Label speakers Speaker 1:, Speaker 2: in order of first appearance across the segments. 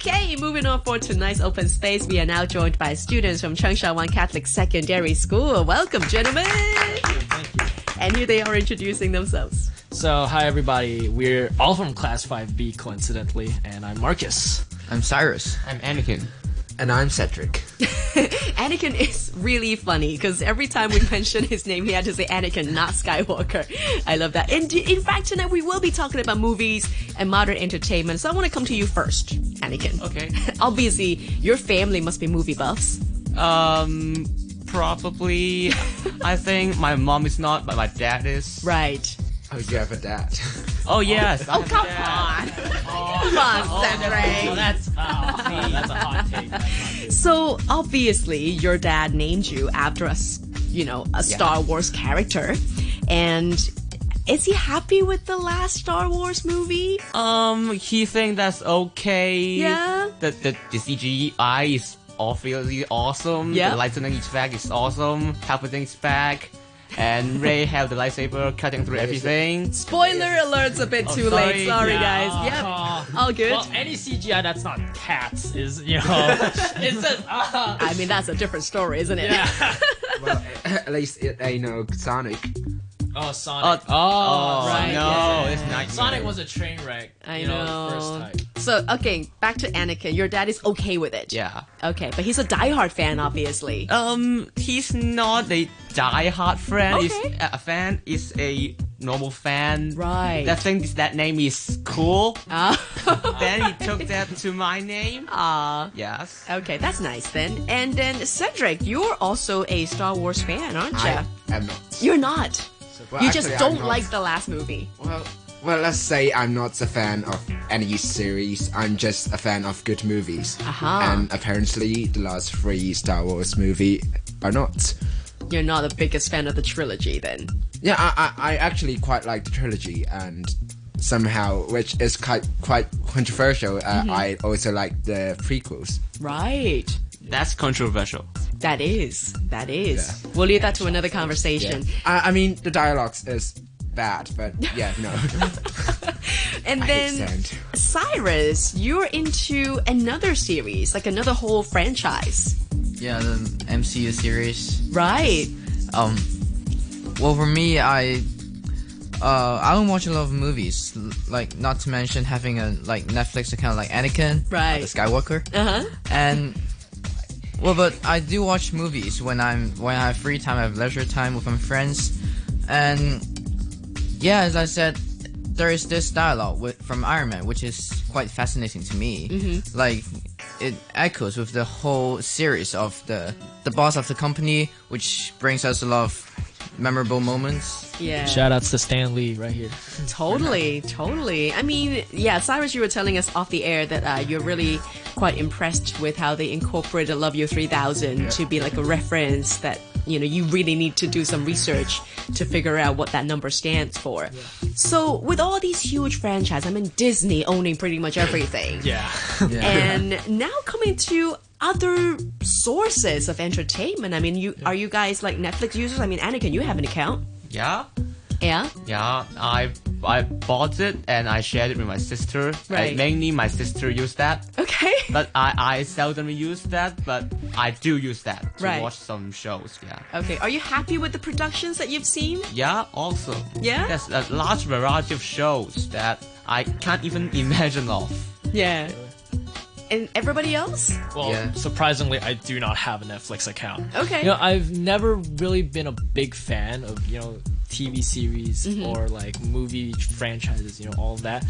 Speaker 1: Hey, moving on for tonight's open space, we are now joined by students from Chengsha Wan Catholic Secondary School. Welcome, gentlemen. And here they are introducing themselves.
Speaker 2: So, hi everybody. We're all from Class 5B, coincidentally, and I'm Marcus.
Speaker 3: I'm Cyrus.
Speaker 4: I'm Anakin.
Speaker 5: And I'm Cedric.
Speaker 1: Anakin is really funny because every time we mention his name, he had to say Anakin, not Skywalker. I love that. And in fact, tonight we will be talking about movies and modern entertainment. So I want to come to you first, Anakin.
Speaker 4: Okay.
Speaker 1: Obviously, your family must be movie buffs.
Speaker 4: Um, probably. I think my mom is not, but my dad is.
Speaker 1: Right.
Speaker 5: Oh, you have a dad.
Speaker 4: Oh yes.
Speaker 1: Oh, come on. come on, Cedric.
Speaker 2: That's Oh, that's a hot take.
Speaker 1: So obviously, your dad named you after a, s- you know, a Star Wars character, and is he happy with the last Star Wars movie?
Speaker 4: Um, he think that's okay.
Speaker 1: Yeah.
Speaker 4: The the, the CGI is obviously awesome.
Speaker 1: Yeah.
Speaker 4: The lightning effect is awesome. Palpatine's back, and Ray have the lightsaber cutting through everything.
Speaker 1: Spoiler alert's a bit too
Speaker 4: sorry.
Speaker 1: late. Sorry,
Speaker 2: Yeah. Oh.
Speaker 1: guys. Yep,
Speaker 2: Aw.
Speaker 1: all good.
Speaker 2: Well, any CGI that's not cats is, you know, it's just ah.
Speaker 1: I mean, that's a different story, isn't it?
Speaker 2: yeah.
Speaker 5: well, at least it ain't no Sonic.
Speaker 2: Oh, Sonic.
Speaker 4: Oh,
Speaker 2: oh,
Speaker 1: right,
Speaker 4: no, it's not.
Speaker 2: Sonic was a train wreck.
Speaker 1: I
Speaker 2: you
Speaker 1: know.
Speaker 2: First time.
Speaker 1: So, okay, back to Anakin. Your dad is okay with it.
Speaker 4: Yeah.
Speaker 1: Okay, but he's a diehard fan, obviously.
Speaker 4: Um, he's not a die-hard fan. He's
Speaker 1: Okay.
Speaker 4: a a fan. Is a normal fan.
Speaker 1: Right.
Speaker 4: That thing is that name is cool.
Speaker 1: Ah.
Speaker 4: then he took that to my name.
Speaker 1: Ah.
Speaker 4: Yes.
Speaker 1: okay, that's nice then. And then Cedric, you're also a Star Wars fan, aren't you?
Speaker 5: I am not.
Speaker 1: You're not.
Speaker 5: Well,
Speaker 1: you just
Speaker 5: actually, I'm
Speaker 1: don't
Speaker 5: not.
Speaker 1: like the last movie.
Speaker 5: Well, well, let's say I'm not a fan of any series. I'm just a fan of good movies.
Speaker 1: Aha.
Speaker 5: And apparently, the last three Star Wars movie are not.
Speaker 1: You're not the biggest fan of the trilogy then.
Speaker 5: Yeah, I, I, I actually quite like the trilogy, and somehow, which is quite quite controversial, uh, I also like the prequels.
Speaker 1: Right.
Speaker 4: That's controversial.
Speaker 1: That is. That is. We'll leave that to another conversation.
Speaker 5: I, I mean, the dialogues is bad, but yeah, no.
Speaker 1: And
Speaker 5: I hate
Speaker 1: then
Speaker 5: sand.
Speaker 1: Cyrus, you're into another series, like another whole franchise.
Speaker 3: Yeah, the MCU series.
Speaker 1: Right.
Speaker 3: Um, well, for me, I uh I don't watch a lot of movies. l- Like, not to mention having a like Netflix account like Anakin, uh,
Speaker 1: Right.
Speaker 3: the Skywalker,
Speaker 1: Uh-huh.
Speaker 3: and well, but I do watch movies when I'm when I have free time, I have leisure time with my friends, and yeah, as I said, there is this dialogue with, from Iron Man, which is quite fascinating to me. Like, it echoes with the whole series of the the boss of the company, which brings us a lot of memorable moments.
Speaker 1: Yeah.
Speaker 2: Shout outs to Stan Lee right here.
Speaker 1: Totally, totally. I mean, yeah, Cyrus, you were telling us off the air that uh, you're really quite impressed with how they incorporated Love You 3000 to be like a reference that, you know, you really need to do some research to figure out what that number stands for. So, with all these huge franchises, I mean, Disney owning pretty much everything.
Speaker 2: Yeah.
Speaker 1: And now coming to other sources of entertainment. I mean, you are you guys like Netflix users? I mean, Anakin, you have an account.
Speaker 4: Yeah.
Speaker 1: Yeah.
Speaker 4: Yeah. I I bought it and I shared it with my sister.
Speaker 1: Right.
Speaker 4: And mainly my sister used that.
Speaker 1: Okay.
Speaker 4: But I, I seldom use that, but I do use that to
Speaker 1: Right.
Speaker 4: watch some shows, yeah.
Speaker 1: Okay, are you happy with the productions that you've seen?
Speaker 4: Yeah, also.
Speaker 1: Yeah?
Speaker 4: There's a large variety of shows that I can't even imagine of.
Speaker 1: Yeah. And everybody else?
Speaker 2: Well,
Speaker 3: Yeah.
Speaker 2: surprisingly, I do not have a Netflix account.
Speaker 1: Okay.
Speaker 2: You know, I've never really been a big fan of, you know, TV series
Speaker 1: Mm-hmm.
Speaker 2: or like movie franchises, you know, all of that.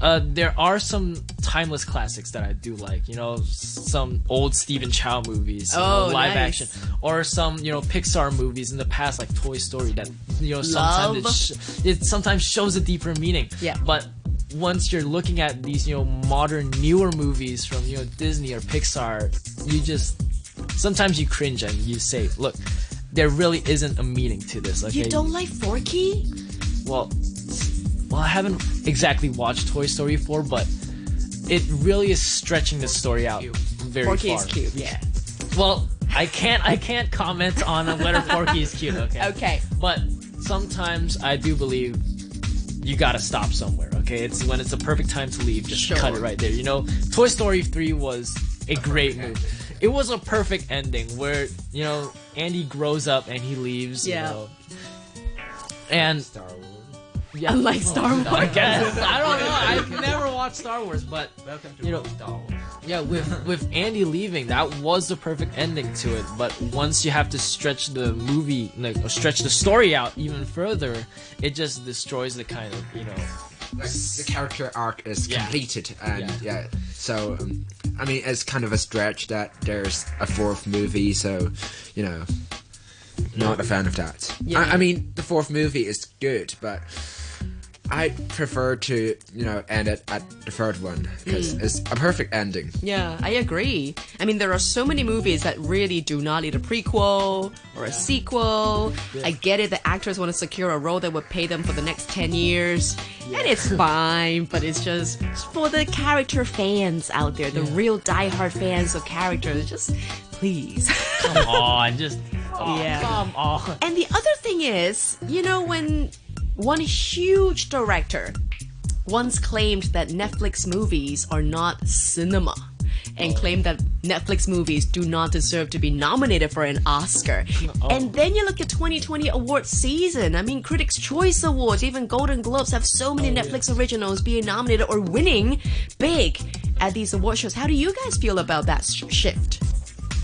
Speaker 2: Uh, there are some timeless classics that I do like, you know, s- some old Stephen Chow movies, you know,
Speaker 1: Oh,
Speaker 2: live
Speaker 1: nice.
Speaker 2: action, or some, you know, Pixar movies in the past, like Toy Story, that, you know, sometimes it,
Speaker 1: Love.
Speaker 2: sh- it sometimes shows a deeper meaning.
Speaker 1: Yeah.
Speaker 2: But once you're looking at these, you know, modern newer movies from, you know, Disney or Pixar, you just sometimes you cringe and you say, "Look, there really isn't a meaning to this." Okay.
Speaker 1: You don't like Forky?
Speaker 2: well, well, I haven't exactly watched Toy Story 4, but it really is stretching the story out very
Speaker 1: Forky
Speaker 2: far.
Speaker 1: is cute, yeah.
Speaker 2: Well, I can't I can't comment on whether Forky is cute. Okay.
Speaker 1: Okay.
Speaker 2: But sometimes I do believe you gotta stop somewhere. Okay. Okay, it's when it's the perfect time to leave. Just
Speaker 1: Sure.
Speaker 2: cut it right there. You know, Toy Story 3 was a great movie. It was a perfect ending where, you know, Andy grows up and he leaves,
Speaker 1: Yeah.
Speaker 2: you know. And
Speaker 5: Star Wars.
Speaker 2: yeah,
Speaker 1: Unlike Star Wars.
Speaker 2: I guess. I don't know. I've never watched Star Wars, but
Speaker 4: Welcome
Speaker 2: You know-
Speaker 4: Star Wars.
Speaker 2: yeah, with with Andy leaving, that was the perfect ending to it. But once you have to stretch the movie, like or stretch the story out even further, it just destroys the kind of you know.
Speaker 5: Like, the character arc is
Speaker 2: Yeah.
Speaker 5: completed, and yeah, so um, I mean, it's kind of a stretch that there's a fourth movie, so you know, not a fan of that.
Speaker 1: Yeah.
Speaker 5: I, I mean, the fourth movie is good, but I prefer to you know end it at the third one because it's a perfect ending.
Speaker 1: Yeah, I agree. I mean, there are so many movies that really do not need a prequel or a sequel. I get it, the actors want to secure a role that would pay them for the next 10 years, and it's fine, but it's just for the character fans out there, the real diehard fans of characters, just please.
Speaker 2: Come on, just
Speaker 1: Yeah. Oh.
Speaker 2: Come on.
Speaker 1: And the other thing is, you know, when one huge director once claimed that Netflix movies are not cinema and claimed that Netflix movies do not deserve to be nominated for an Oscar. And then you look at 2020 award season. I mean, Critics' Choice Awards, even Golden Globes have so many Netflix originals being nominated or winning big at these award shows. How do you guys feel about that sh- shift?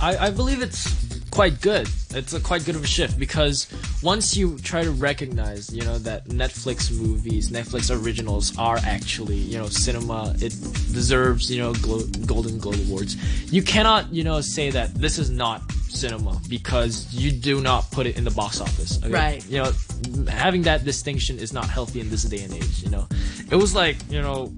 Speaker 2: I, I believe it's quite good. It's a quite good of a shift because once you try to recognize, you know, that Netflix movies, Netflix originals are actually, you know, cinema. It deserves, you know, Glo- Golden Globe awards. You cannot, you know, say that this is not cinema because you do not put it in the box office. okay?
Speaker 1: Right.
Speaker 2: You know, having that distinction is not healthy in this day and age. You know, it was like, you know,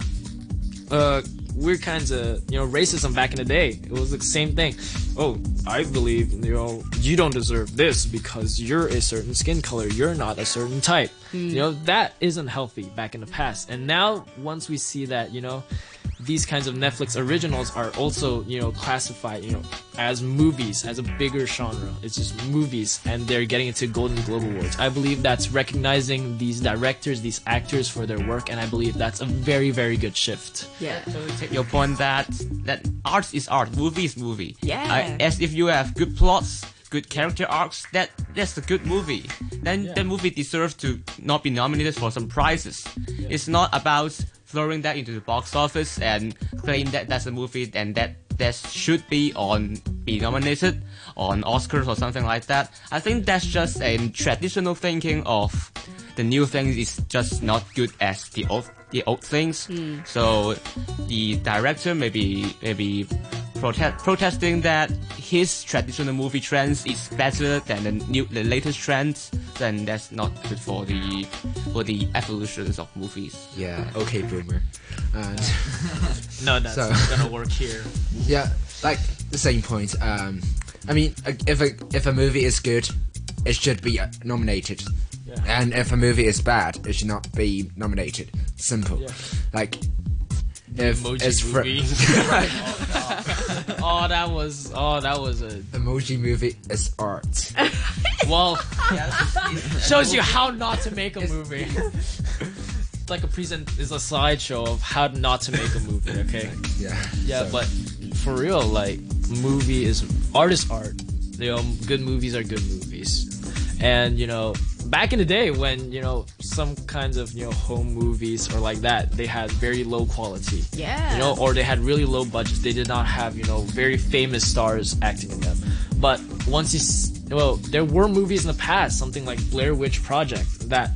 Speaker 2: uh, weird kinds of you know racism back in the day. It was the same thing. Oh, I believe you know you don't deserve this because you're a certain skin color. You're not a certain type. You know that isn't healthy back in the past. And now once we see that you know these kinds of Netflix originals are also you know classified you know as movies as a bigger genre. It's just movies, and they're getting into Golden Globe awards. I believe that's recognizing these directors, these actors for their work, and I believe that's a very very good shift.
Speaker 1: Yeah.
Speaker 4: So take your point that that art is art, movie is movie.
Speaker 1: Yeah.
Speaker 4: I- as if you have good plots, good character arcs, that that's a good movie. Then that movie deserves to not be nominated for some prizes. It's not about throwing that into the box office and claim that that's a movie and that that should be on be nominated on Oscars or something like that. I think that's just a traditional thinking of the new things is just not good as the old the old things. So the director maybe maybe protest protesting that his traditional movie trends is better than the new the latest trends. Then that's not good for the for the evolutions of movies.
Speaker 5: Yeah. Okay, boomer. And
Speaker 2: No, that's
Speaker 5: So-
Speaker 2: not gonna work here.
Speaker 5: yeah, like the same point. Um, I mean, a- if a if a movie is good, it should be uh, nominated,
Speaker 2: Yeah.
Speaker 5: and if a movie is bad, it should not be nominated. Simple.
Speaker 2: Yeah.
Speaker 5: Like if
Speaker 2: Emoji
Speaker 5: it's fr-
Speaker 2: movie. oh, that was oh, that was a
Speaker 5: emoji movie is art.
Speaker 2: well. shows you how not to make a movie. It's like a present is a slideshow of how not to make a movie. Okay.
Speaker 5: Yeah.
Speaker 2: Yeah,
Speaker 5: so-
Speaker 2: but for real, like movie is art is art. You know, good movies are good movies, and you know, back in the day when you know some kinds of you know home movies or like that, they had very low quality.
Speaker 1: Yeah.
Speaker 2: You know, or they had really low budgets. They did not have you know very famous stars acting in them. But once you, s- well, there were movies in the past, something like Blair Witch Project that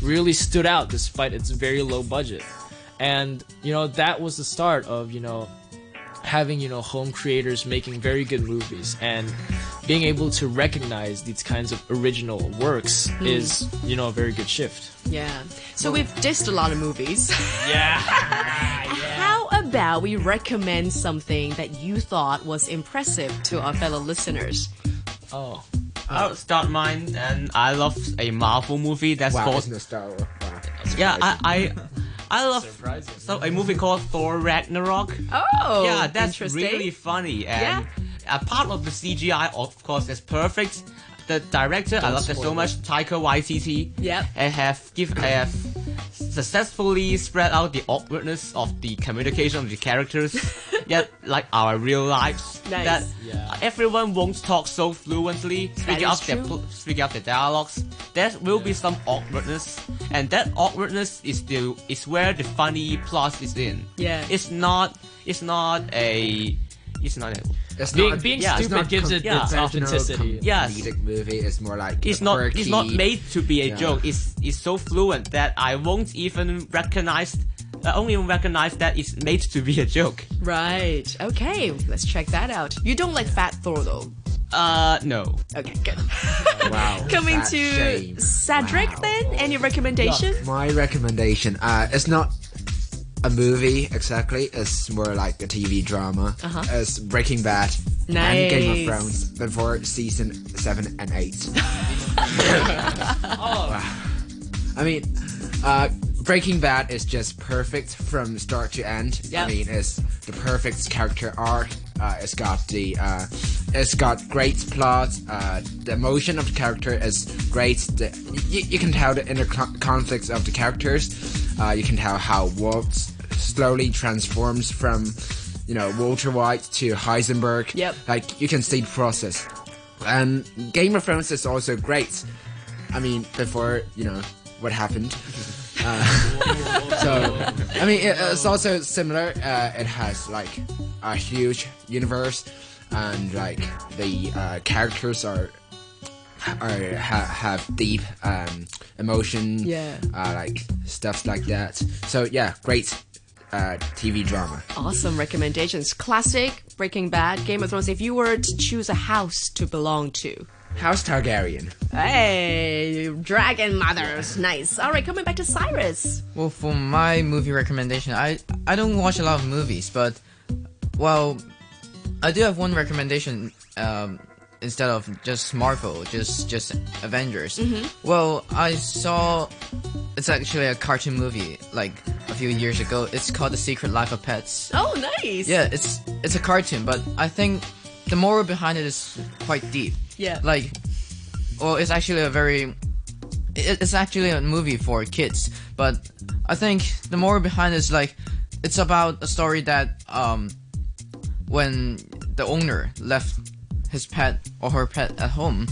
Speaker 2: really stood out despite its very low budget. And you know that was the start of you know having you know home creators making very good movies and being able to recognize these kinds of original works is you know a very good shift
Speaker 1: Yeah. So we've dissed a lot of movies.
Speaker 2: yeah
Speaker 1: How about we recommend something that you thought was impressive to our fellow listeners?
Speaker 2: oh
Speaker 4: I'll start mine, and I love a Marvel movie that's
Speaker 5: wow,
Speaker 4: called
Speaker 5: it's no Star Wars. Wow.
Speaker 4: yeah. I I, I love
Speaker 2: Surprising.
Speaker 4: so a movie called Thor Ragnarok.
Speaker 1: Oh,
Speaker 4: yeah, that's
Speaker 1: interesting.
Speaker 4: really funny. And a part of the CGI, of course, is perfect. The director, I love that so much, Taika Waititi.
Speaker 1: Yep.
Speaker 4: I have give I have successfully spread out the awkwardness of the communication of the characters, yet like our real lives,
Speaker 1: Nice.
Speaker 4: that
Speaker 2: Yeah.
Speaker 4: everyone won't talk so fluently, speaking
Speaker 1: is
Speaker 4: out their
Speaker 1: true.
Speaker 4: pl- speaking out their dialogues. There will be some awkwardness, and that awkwardness is the is where the funny plus is in.
Speaker 1: Yeah.
Speaker 4: it's not it's not a it's not a
Speaker 5: It's
Speaker 2: Being-
Speaker 5: not,
Speaker 2: being
Speaker 5: yeah, it's
Speaker 2: stupid
Speaker 5: not
Speaker 2: gives it
Speaker 5: conventional
Speaker 2: its authenticity.
Speaker 5: com-
Speaker 4: Yes.
Speaker 5: comedic movie. It's more like
Speaker 4: it's not
Speaker 5: quirky.
Speaker 4: it's not made to be a
Speaker 5: Yeah.
Speaker 4: joke. It's it's so fluent that I won't even recognize. I only even recognize that it's made to be a joke.
Speaker 1: Right. Okay. Let's check that out. You don't like Fat Thor though.
Speaker 4: Uh, no.
Speaker 1: Okay. Good.
Speaker 5: Wow,
Speaker 1: Coming
Speaker 5: fat
Speaker 1: to
Speaker 5: shame.
Speaker 1: Cedric
Speaker 5: Wow.
Speaker 1: then. Any recommendation?
Speaker 5: My recommendation. Uh, it's not a movie exactly. It's more like a TV drama.
Speaker 1: Uh-huh.
Speaker 5: It's Breaking Bad and Game
Speaker 1: Nice.
Speaker 5: of Thrones before season seven and eight. I mean, uh, Breaking Bad is just perfect from start to end.
Speaker 1: Yep.
Speaker 5: I mean, it's the perfect character arc. Uh, it's got the, uh, it's got great plot. Uh, the emotion of the character is great. The, you, you can tell the inner con- conflicts of the characters. Uh, you can tell how Walt slowly transforms from, you know, Walter White to Heisenberg.
Speaker 1: Yep.
Speaker 5: Like you can see the process. And Game of Thrones is also great. I mean, before you know what happened. Uh, so, I mean, it, it's also similar. Uh, it has like a huge universe, and like the uh, characters are are ha- have deep um, emotion.
Speaker 1: Yeah.
Speaker 5: uh, like stuff like that. So yeah, great uh, TV drama.
Speaker 1: Awesome recommendations. Classic, Breaking Bad, Game of Thrones. If you were to choose a house to belong to,
Speaker 5: House Targaryen.
Speaker 1: hey, Dragon Mothers, nice. All right, coming back to Cyrus.
Speaker 3: Well, for my movie recommendation, I I don't watch a lot of movies, but well, I do have one recommendation um, instead of just Marvel, just just Avengers. Well, I saw it's actually a cartoon movie like a few years ago. It's called The Secret Life of Pets.
Speaker 1: Oh, nice.
Speaker 3: Yeah, it's it's a cartoon, but I think the moral behind it is quite deep.
Speaker 1: Yeah.
Speaker 3: Like, well, it's actually a very, it, it's actually a movie for kids, but I think the moral behind it is like, it's about a story that um, when the owner left his pet or her pet at home,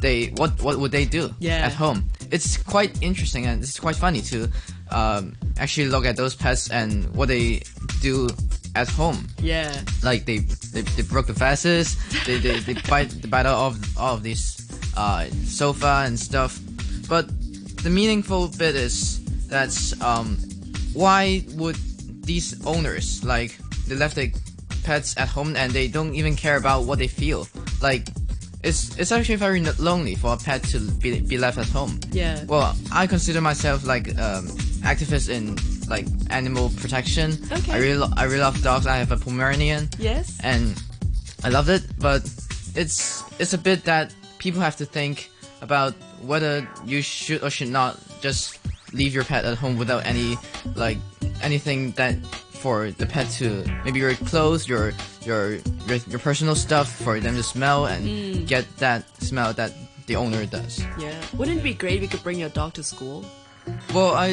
Speaker 3: they what what would they do
Speaker 1: Mm. Yeah.
Speaker 3: at home? It's quite interesting and it's quite funny to um, actually look at those pets and what they do at home.
Speaker 1: Yeah.
Speaker 3: Like they they, they broke the vases, they they, they bite they bite out all of all of these uh, sofa and stuff. But the meaningful bit is that's um, why would these owners like they left their pets at home and they don't even care about what they feel like. It's, it's actually very n- lonely for a pet to be, be left at home.
Speaker 1: Yeah.
Speaker 3: Well, I consider myself like um, activist in like animal protection.
Speaker 1: Okay.
Speaker 3: I really lo- I really love dogs. I have a Pomeranian.
Speaker 1: Yes.
Speaker 3: And I love it, but it's it's a bit that people have to think about whether you should or should not just leave your pet at home without any like anything that for the pet to maybe your clothes, your your your, your personal stuff for them to smell and get that smell that the owner does.
Speaker 1: Yeah. Wouldn't it be great if you could bring your dog to school?
Speaker 3: Well, I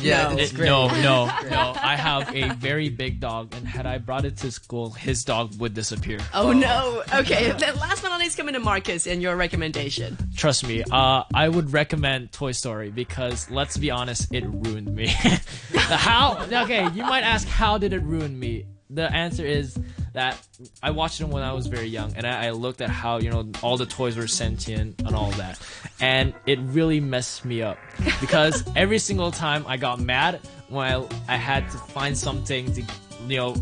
Speaker 3: yeah,
Speaker 1: No.
Speaker 3: it's
Speaker 2: It-
Speaker 3: great.
Speaker 2: no, no, no. I have a very big dog, and had I brought it to school, his dog would disappear.
Speaker 1: Oh, no. Okay. Then last but not least, coming to Marcus and your recommendation.
Speaker 2: Trust me, uh, I would recommend Toy Story because let's be honest, it ruined me. how? Okay, you might ask, how did it ruin me? The answer is that I watched it when I was very young, and I, I looked at how you know all the toys were sentient and all that, and it really messed me up because every single time I got mad when I, I had to find something to you know